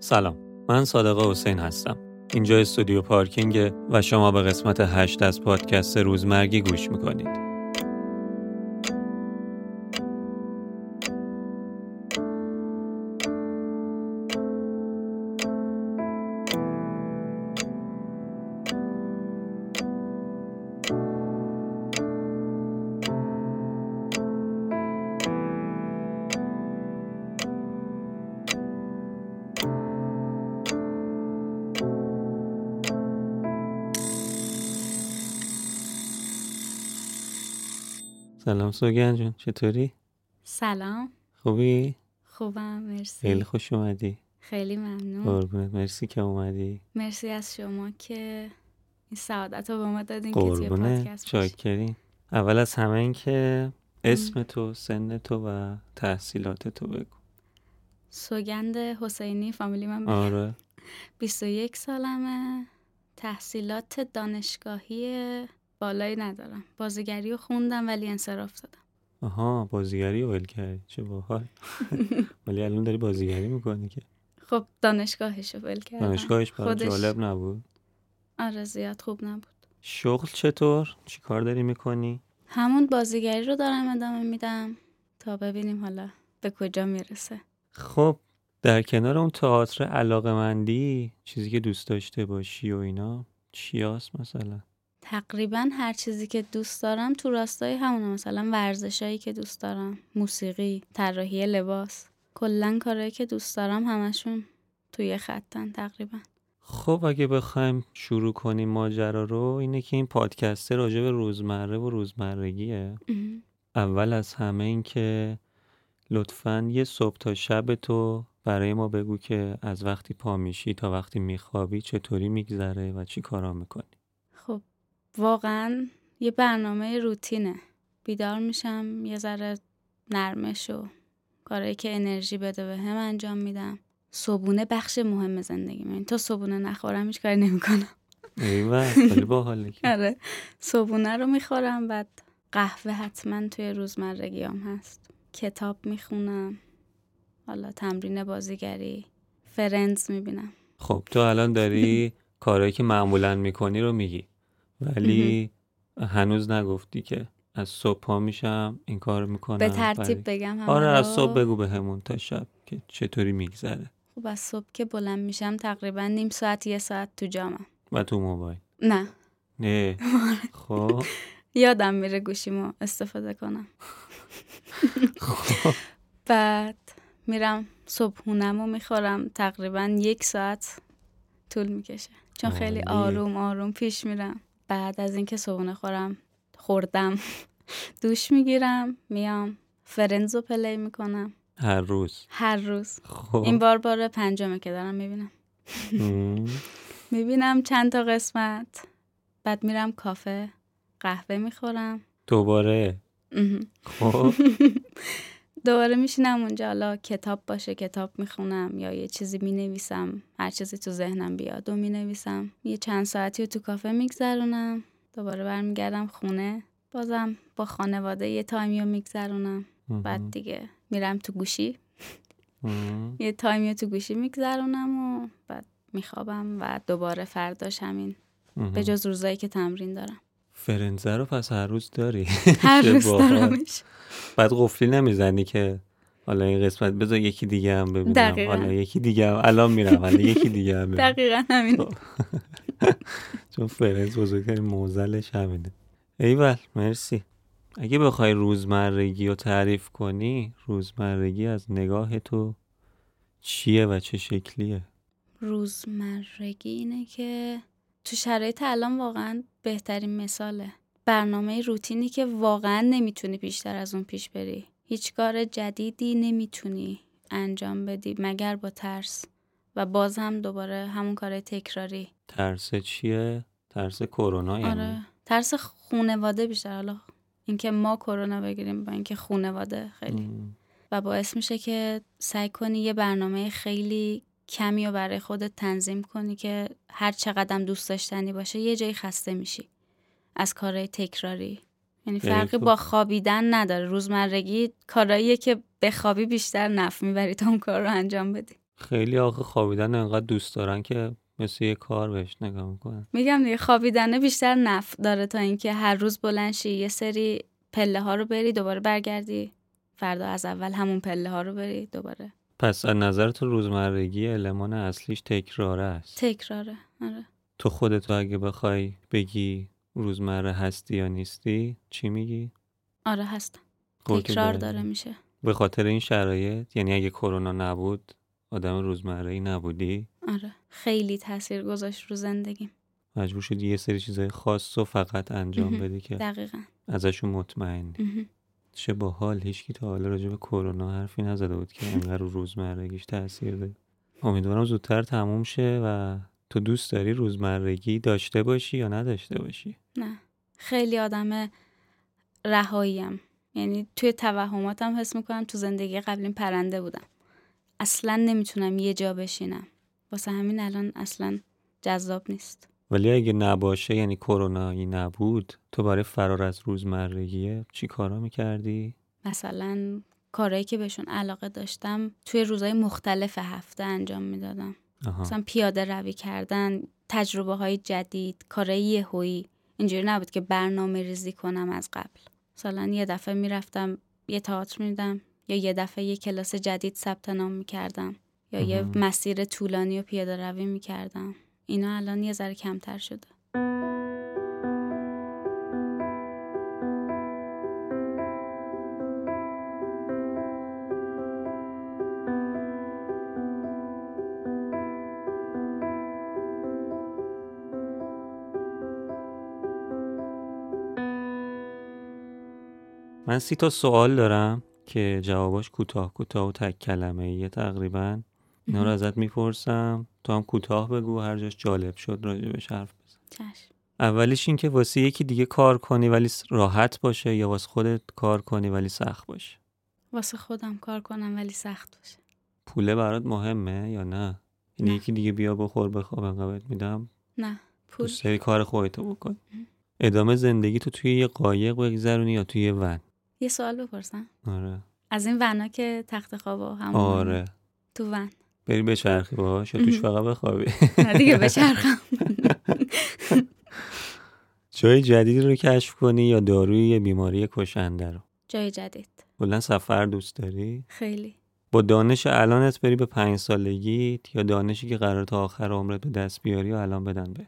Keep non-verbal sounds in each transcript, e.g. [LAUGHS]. سلام من صادقه حسین هستم اینجا استودیو پارکینگ و شما به قسمت 8 از پادکست روزمرگی گوش میکنید سلام سوگن جون چطوری؟ سلام خوبی؟ خوبم مرسی خیلی خوش اومدی خیلی ممنون قربونت مرسی که اومدی مرسی از شما که این سعادت رو به ما دادین که توی قربونت پادکست باشیم. چاکرین اول از همه این که اسم تو سن تو و تحصیلات تو بگو سوگند حسینی فامیلی من به- آره 21 سالمه تحصیلات دانشگاهی بالایی ندارم بازیگری رو خوندم ولی انصراف دادم آها بازیگری رو ول کردی چه [LAUGHS] باحال ولی الان داری بازیگری میکنی که خب دانشگاهش رو ول کردم دانشگاهش برای خودش- جالب نبود آره زیاد خوب نبود شغل چطور؟ چی کار داری میکنی؟ همون بازیگری رو دارم ادامه میدم تا ببینیم حالا به کجا میرسه خب در کنار اون تئاتر علاقمندی چیزی که دوست داشته باشی و اینا چیاست مثلا تقریبا هر چیزی که دوست دارم تو راستای همونه مثلا ورزشایی که دوست دارم موسیقی طراحی لباس کلا کارهایی که دوست دارم همشون توی خطن تقریبا خب اگه بخوایم شروع کنیم ماجرا رو اینه که این پادکسته راجع به روزمره و روزمرگیه ام. اول از همه این که لطفا یه صبح تا شب تو برای ما بگو که از وقتی پا میشی تا وقتی میخوابی چطوری میگذره و چی کارا میکنی خب واقعا یه برنامه روتینه بیدار میشم یه ذره نرمش و کارهایی که انرژی بده به هم انجام میدم صبونه بخش مهم زندگی من تا صبونه نخورم هیچ کاری نمیکنم ایوه خیلی باحاله که. آره صبونه رو میخورم بعد قهوه حتما توی روزمرگیام هست کتاب میخونم حالا تمرین بازیگری فرنز میبینم خب تو الان داری کارهایی که معمولا میکنی رو میگی ولی هنوز نگفتی که از صبح پا میشم این کار میکنم به ترتیب بگم همه آره از رو. صبح بگو به همون تا شب که چطوری میگذره خب از صبح که بلند میشم تقریبا نیم ساعت یه ساعت تو جامم و تو موبایل نه نه [LAUGHS] خب یادم میره گوشیمو استفاده کنم [LAUGHS] بعد میرم صبحونم رو میخورم تقریبا یک ساعت طول میکشه چون خیلی عالی. آروم آروم پیش میرم بعد از اینکه صبحونه خورم خوردم [LAUGHS] دوش میگیرم میام فرنز رو پلی میکنم هر روز هر روز این خب بار بار پنجمه که دارم میبینم [LAUGHS] مم. میبینم چند تا قسمت بعد میرم کافه قهوه میخورم دوباره خب دوباره میشینم اونجا حالا کتاب باشه کتاب میخونم یا یه چیزی مینویسم هر چیزی تو ذهنم بیاد و مینویسم یه چند ساعتی رو تو کافه میگذرونم دوباره برمیگردم خونه بازم با خانواده یه تایمی رو میگذرونم [LAUGHS] بعد دیگه میرم تو گوشی مم. یه تایمی رو تو گوشی میگذرونم و بعد میخوابم و دوباره فرداش همین مم. به جز روزایی که تمرین دارم فرنزه رو پس هر روز داری [LAUGHS] هر چه روز باحال. دارمش بعد قفلی نمیزنی که حالا این قسمت بذار یکی دیگه هم ببینم دقیقاً. حالا یکی دیگه هم الان میرم [LAUGHS] حالا یکی دیگه هم ببینم دقیقا همین چون فرنز بزرگترین موزلش همینه ایول مرسی اگه بخوای روزمرگی رو تعریف کنی روزمرگی از نگاه تو چیه و چه شکلیه روزمرگی اینه که تو شرایط الان واقعا بهترین مثاله برنامه روتینی که واقعا نمیتونی بیشتر از اون پیش بری هیچ کار جدیدی نمیتونی انجام بدی مگر با ترس و باز هم دوباره همون کار تکراری ترس چیه ترس کرونا یعنی آره ترس خونواده بیشتر حالا اینکه ما کرونا بگیریم با اینکه خونواده خیلی مم. و باعث میشه که سعی کنی یه برنامه خیلی کمی و برای خودت تنظیم کنی که هر چقدر دوست داشتنی باشه یه جایی خسته میشی از کارهای تکراری یعنی خیلی فرقی خوب. با خوابیدن نداره روزمرگی کاراییه که بخوابی بیشتر نف میبری تا اون کار رو انجام بدی خیلی آخه خوابیدن رو انقدر دوست دارن که مثل یه کار بهش نگاه میکنن میگم دیگه خوابیدنه بیشتر نفع داره تا اینکه هر روز بلند شی یه سری پله ها رو بری دوباره برگردی فردا از اول همون پله ها رو بری دوباره پس از نظر تو روزمرگی المان اصلیش تکراره است تکراره آره تو خودتو اگه بخوای بگی روزمره هستی یا نیستی چی میگی؟ آره هستم خب که تکرار داره. داره میشه به خاطر این شرایط یعنی اگه کرونا نبود آدم روزمره ای نبودی آره خیلی تاثیر گذاشت رو زندگیم مجبور شدی یه سری چیزای خاص رو فقط انجام مهم. بدی که دقیقا ازشون مطمئنی مهم. چه با حال هیچکی تا حالا راجع به کرونا حرفی نزده بود که انقدر رو روزمرگیش تاثیر ده امیدوارم زودتر تموم شه و تو دوست داری روزمرگی داشته باشی یا نداشته باشی نه خیلی آدم رهاییم یعنی توی توهماتم حس میکنم تو زندگی قبلیم پرنده بودم اصلا نمیتونم یه جا بشینم واسه همین الان اصلا جذاب نیست ولی اگه نباشه یعنی کرونایی نبود تو برای فرار از روزمرگیه چی کارا میکردی؟ مثلا کارهایی که بهشون علاقه داشتم توی روزهای مختلف هفته انجام میدادم آها مثلا پیاده روی کردن تجربه های جدید کارهای یهویی اینجوری نبود که برنامه ریزی کنم از قبل مثلا یه دفعه میرفتم یه تئاتر میدم یا یه دفعه یه کلاس جدید ثبت نام میکردم یا یه مهم. مسیر طولانی و پیاده روی میکردم اینا الان یه ذره کمتر شده من سی تا سوال دارم که جواباش کوتاه کوتاه و تک کلمه ایه تقریبا اینا رو ازت میپرسم تو هم کوتاه بگو هر جاش جالب شد راجبش حرف بزن چشم اولش این که واسه یکی دیگه کار کنی ولی س- راحت باشه یا واسه خودت کار کنی ولی سخت باشه واسه خودم کار کنم ولی سخت باشه پوله برات مهمه یا نه یعنی نه. یکی دیگه بیا بخور بخواب انقدر میدم نه تو پول سری کار خودتو بکن ادامه زندگی تو توی یه قایق بگذرونی یا توی یه ون یه سوال بپرسم آره از این ونا که تخت خواب و همون آره تو ون بری بچرخی باهاش یا توش مهم. فقط بخوابی [LAUGHS] نه دیگه بچرخم جای جدیدی رو کشف کنی یا داروی یه بیماری کشنده رو جای جدید کلا سفر دوست داری خیلی با دانش الانت بری به پنج سالگیت یا دانشی که قرار تا آخر عمرت به دست بیاری و الان بدن بهت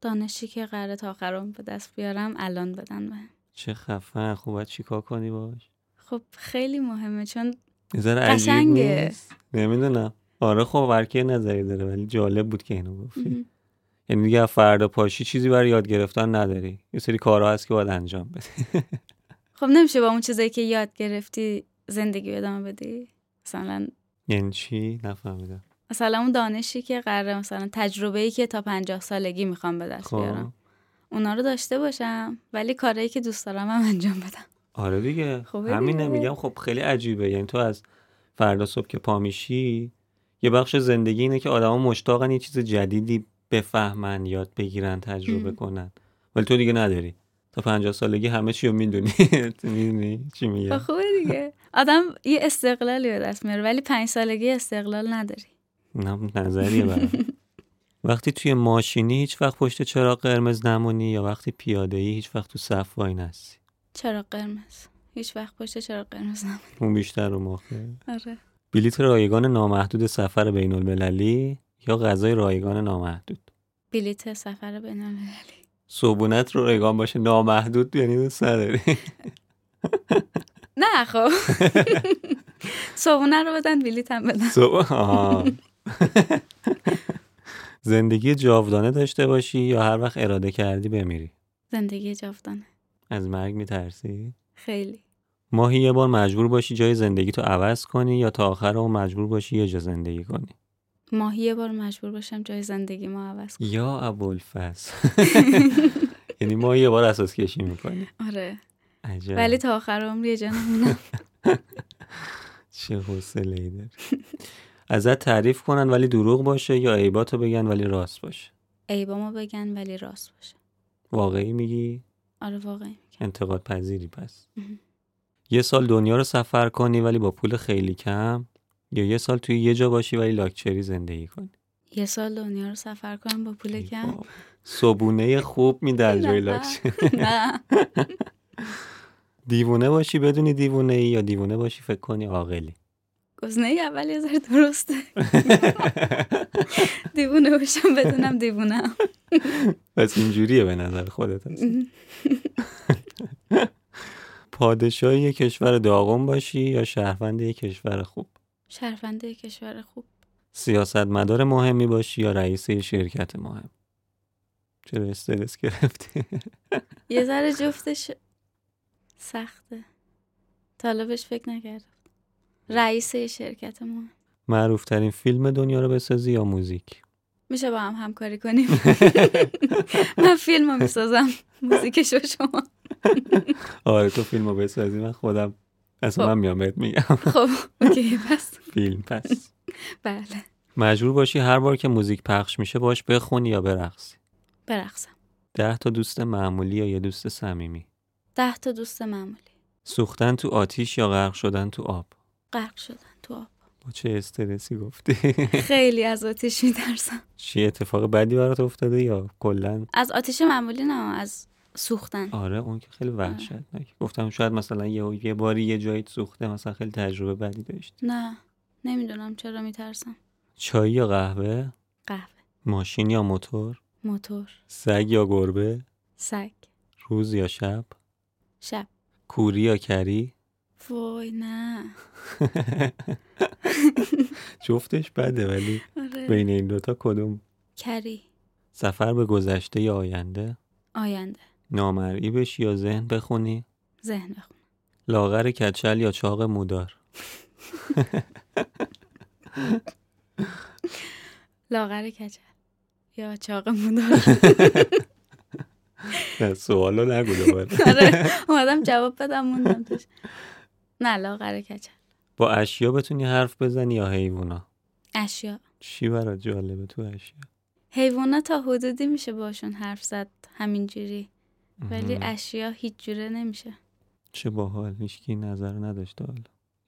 دانشی که قراره تا آخر عمر به دست بیارم الان بدن بهم چه خفن خب باید چیکار کنی باش خب خیلی مهمه چون یه ذره عجیب قشنگه. نیست نمیدونم آره خب ورکه نظری داره ولی جالب بود که اینو گفتی مهم. یعنی دیگه از فردا پاشی چیزی برای یاد گرفتن نداری یه سری کارها هست که باید انجام بدی خب نمیشه با اون چیزایی که یاد گرفتی زندگی رو ادامه بدی مثلا یعنی چی نفهمیدم مثلا اون دانشی که قراره مثلا تجربه ای که تا پنجاه سالگی میخوام به دست خب بیارم اونا رو داشته باشم ولی کارهایی که دوست دارم هم انجام بدم آره دیگه خوبه همینه دیگه. میگم خب خیلی عجیبه یعنی تو از فردا صبح که پا میشی یه بخش زندگی اینه که آدما مشتاقن یه چیز جدیدی بفهمن یاد بگیرن تجربه ام. کنن ولی تو دیگه نداری تا پنجاه سالگی همه چی رو میدونی [LAUGHS] میدونی چی خب میگم خوبه دیگه آدم یه استقلالی به دست میاره ولی پنج سالگی استقلال نداری اینم نظریه برات وقتی توی ماشینی هیچ وقت پشت چراغ قرمز نمونی یا وقتی پیاده ای هیچ وقت تو صف وای نستی چرا قرمز هیچ وقت پشت چرا قرمز نمونی. اون بیشتر رو مخه آره بلیت رایگان نامحدود سفر بین المللی یا غذای رایگان نامحدود بلیت سفر بین المللی صبونت رو رایگان باشه نامحدود یعنی دوست نداری نه خب صبحونه رو بدن بلیت هم بدن [LAUGHS] صبح- آها. زندگی جاودانه داشته باشی یا هر وقت اراده کردی بمیری زندگی جاودانه از مرگ میترسی خیلی ماهی یه بار مجبور باشی جای زندگی تو عوض کنی یا تا آخر اون مجبور باشی یه جا زندگی کنی ماهی یه بار مجبور باشم جای زندگی ما [LAUGHS] عوض کنم یا ابوالفضل [LAUGHS] یعنی ما یه بار اساس کشی میکنی آره عجب ولی تا آخر عمر یه جا نمونم چه حوصله ای داری ازت تعریف کنن ولی دروغ باشه یا عیباتو بگن ولی راست باشه عیبامو بگن ولی راست باشه واقعی میگی آره واقعا انتقاد پذیری پس مهم. یه سال دنیا رو سفر کنی ولی با پول خیلی کم یا یه سال توی یه جا باشی ولی لاکچری زندگی کنی یه سال دنیا رو سفر کنم با پول ای کم بابا. صبونه خوب میدن نه. جای لاکچری نه دیوونه باشی بدونی دیوونه ای یا دیوونه باشی فکر کنی [LAUGHS] عاقلی گزینه اول یه ذره درسته دیوونه باشم بدونم دیوونم پس اینجوریه به نظر خودت هست. پادشاه یه کشور داغم باشی یا شهروند یه کشور خوب شرفنده کشور خوب سیاستمدار مهمی باشی یا رئیس یه شرکت مهم چرا استرس گرفتی [LAUGHS] یه ذره جفتش سخته طالبش فکر نکردم رئیس یه شرکت ما معروفترین فیلم دنیا رو بسازی یا موزیک میشه با هم همکاری کنیم من فیلم رو میسازم موزیکشو شما آره تو فیلم رو بسازی من خودم اصلا خب. من میام بهت میگم [LAUGHS] خب اوکی پس فیلم پس بله مجبور باشی هر بار که موزیک پخش میشه باش بخونی یا برقصی برقصم ده تا دوست معمولی یا یه دوست صمیمی ده تا دوست معمولی سوختن تو آتیش یا غرق شدن تو آب غرق شدن تو آب با چه استرسی گفتی [LAUGHS] خیلی از آتیش میترسم چی اتفاق بدی برات افتاده یا کلا از آتیش معمولی نه از سوختن آره اون که خیلی وحشتناک گفتم شاید مثلا یه, یه باری یه جایی سوخته مثلا خیلی تجربه بدی داشتی نه نمیدونم چرا میترسم چای یا قهوه قهوه ماشین یا موتور موتور سگ یا گربه سگ روز یا شب شب کوری یا کری [LAUGHS] وای نه جفتش بده ولی آره بین این دوتا کدوم کری سفر به گذشته یا آینده آینده نامرئی بشی یا ذهن بخونی ذهن بخون لاغر کچل یا چاق مودار لاغر کچل یا چاق [LAUGHS] موندار نه، سوالو نگو دوباره آره اومدم جواب بدم موندم توش نه لاغر کچل [LAUGHS] با اشیا بتونی حرف بزنی یا حیوونا اشیا چی برات جالبه تو اشیا حیوانا تا حدودی میشه باشون حرف زد همینجوری ولی مهم. اشیا هیچ جوره نمیشه چه باحال هیچکی نظر نداشته حالا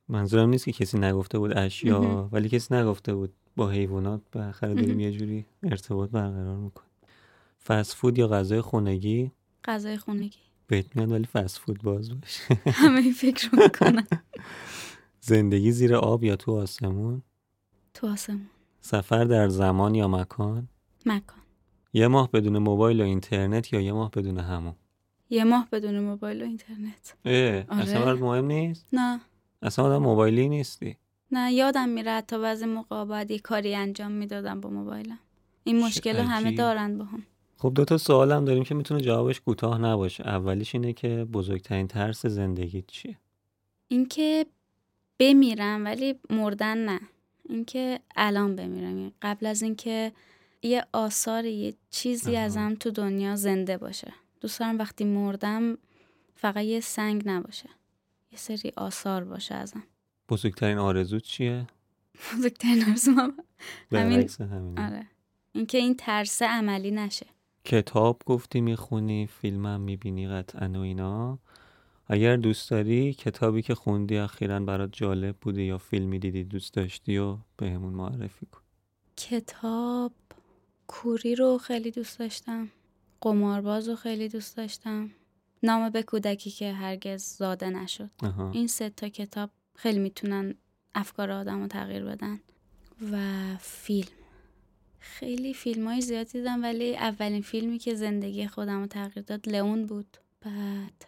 منظورم نیست که کسی نگفته بود اشیا مهم. ولی کسی نگفته بود با حیوانات بالاخره داریم مهم. یه جوری ارتباط برقرار میکنیم فست فود یا غذای خونگی غذای خونگی بهت میاد ولی فست فود باز باشه [LAUGHS] همه این فکر رو میکنن زندگی زیر آب یا تو آسمون تو آسمون سفر در زمان یا مکان مکان یه ماه بدون موبایل و اینترنت یا یه ماه بدون همون یه ماه بدون موبایل و اینترنت اه، اصلا آره. برات مهم نیست نه اصلا آدم موبایلی نیستی نه یادم میره حتی بعضی موقع باید یه کاری انجام میدادم با موبایلم این چه مشکل رو همه عجیب. دارن با هم خب دو تا سوال هم داریم که میتونه جوابش کوتاه نباشه اولیش اینه که بزرگترین ترس زندگیت چیه اینکه بمیرم ولی مردن نه اینکه الان بمیرم یعنی قبل از اینکه یه آثار یه چیزی آها. ازم تو دنیا زنده باشه دوست دارم وقتی مردم فقط یه سنگ نباشه یه سری آثار باشه ازم [LAUGHS] بزرگترین آرزو چیه بزرگترین آرزوم همین- برعکس همینه آره اینکه این ترس عملی نشه کتاب گفتی میخونی فیلم هم میبینی قطعا و اینا اگر دوست داری کتابی که خوندی اخیرا برات جالب بوده یا فیلمی دیدی دوست داشتی و بهمون معرفی کن کتاب کوری رو خیلی دوست داشتم قمارباز رو خیلی دوست داشتم نام به کودکی که هرگز زاده نشد آها. این سه تا کتاب خیلی میتونن افکار آدم رو تغییر بدن و فیلم خیلی فیلم های زیاد دیدم ولی اولین فیلمی که زندگی خودم رو تغییر داد لئون بود بعد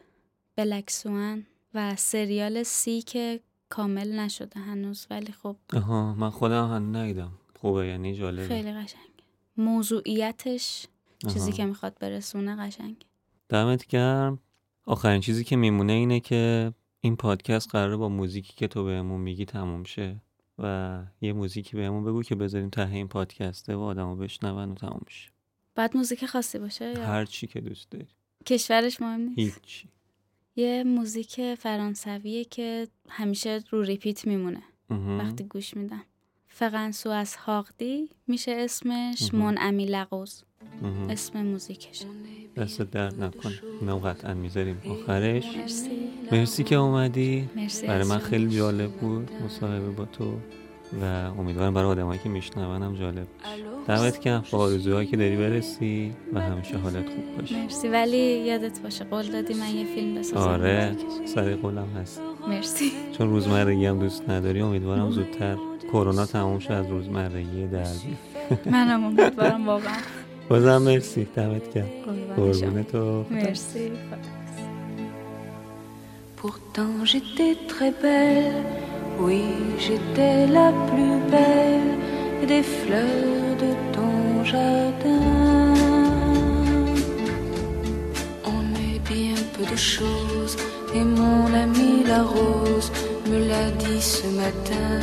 بلکسوان و سریال سی که کامل نشده هنوز ولی خب آها من خودم هم ندیدم خوبه یعنی جالبه خیلی قشنگ موضوعیتش چیزی آها. که میخواد برسونه قشنگ دمت گرم آخرین چیزی که میمونه اینه که این پادکست قراره با موزیکی که تو بهمون میگی تموم شه و یه موزیکی بهمون بگو که بذاریم ته این پادکسته و آدمو بشنون و تموم شه بعد موزیک خاصی باشه یا هر چی که دوست داری کشورش مهم نیست هیچی یه موزیک فرانسویه که همیشه رو ریپیت میمونه اها. وقتی گوش میدم فقنسو از حاقدی میشه اسمش مهم. منعمی لغوز اها. اسم موزیکش دستت درد نکنه اینم قطعا میذاریم آخرش مرسی مرسی که اومدی مرسی برای از من شما. خیلی جالب بود مصاحبه با تو و امیدوارم برای آدمایی که میشنون هم جالب دمت کم با آرزوهایی که داری برسی و همیشه حالت خوب باشه مرسی ولی یادت باشه قول دادی من یه فیلم بسازم آره سر قولم هست مرسی چون روزمرگی هم دوست نداری امیدوارم زودتر کرونا تموم شد از روزمرگی در منم امیدوارم واقعا بازم مرسی دمت کم قربان شم. قربونت تو مرسی Pourtant j'étais très belle, oui j'étais la plus belle des fleurs de ton jardin. On est bien peu de choses et mon ami la rose me l'a dit ce matin.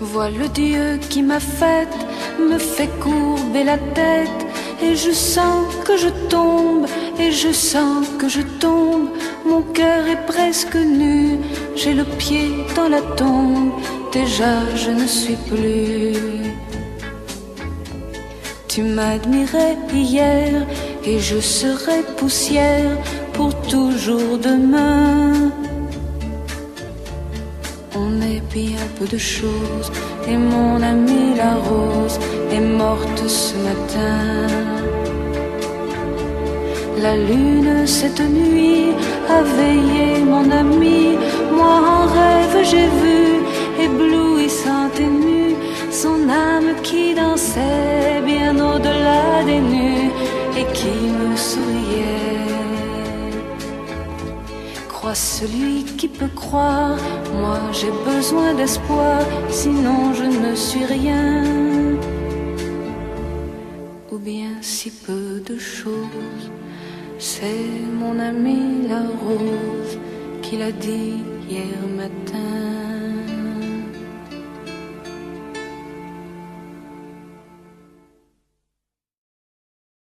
Vois le Dieu qui m'a faite, me fait courber la tête et je sens que je tombe et je sens que je tombe. Mon cœur est presque nu, j'ai le pied dans la tombe. Déjà je ne suis plus. Tu m'admirais hier et je serai poussière pour toujours demain. On est bien peu de choses et mon amie la rose est morte ce matin. La lune cette nuit a veillé mon ami, moi en rêve j'ai vu éblouissante et nue son âme qui dansait bien au-delà des nues et qui me souriait. Crois celui qui peut croire, moi j'ai besoin d'espoir, sinon je ne suis rien. Ou bien si peu de choses, c'est mon ami la rose qui l'a dit hier matin.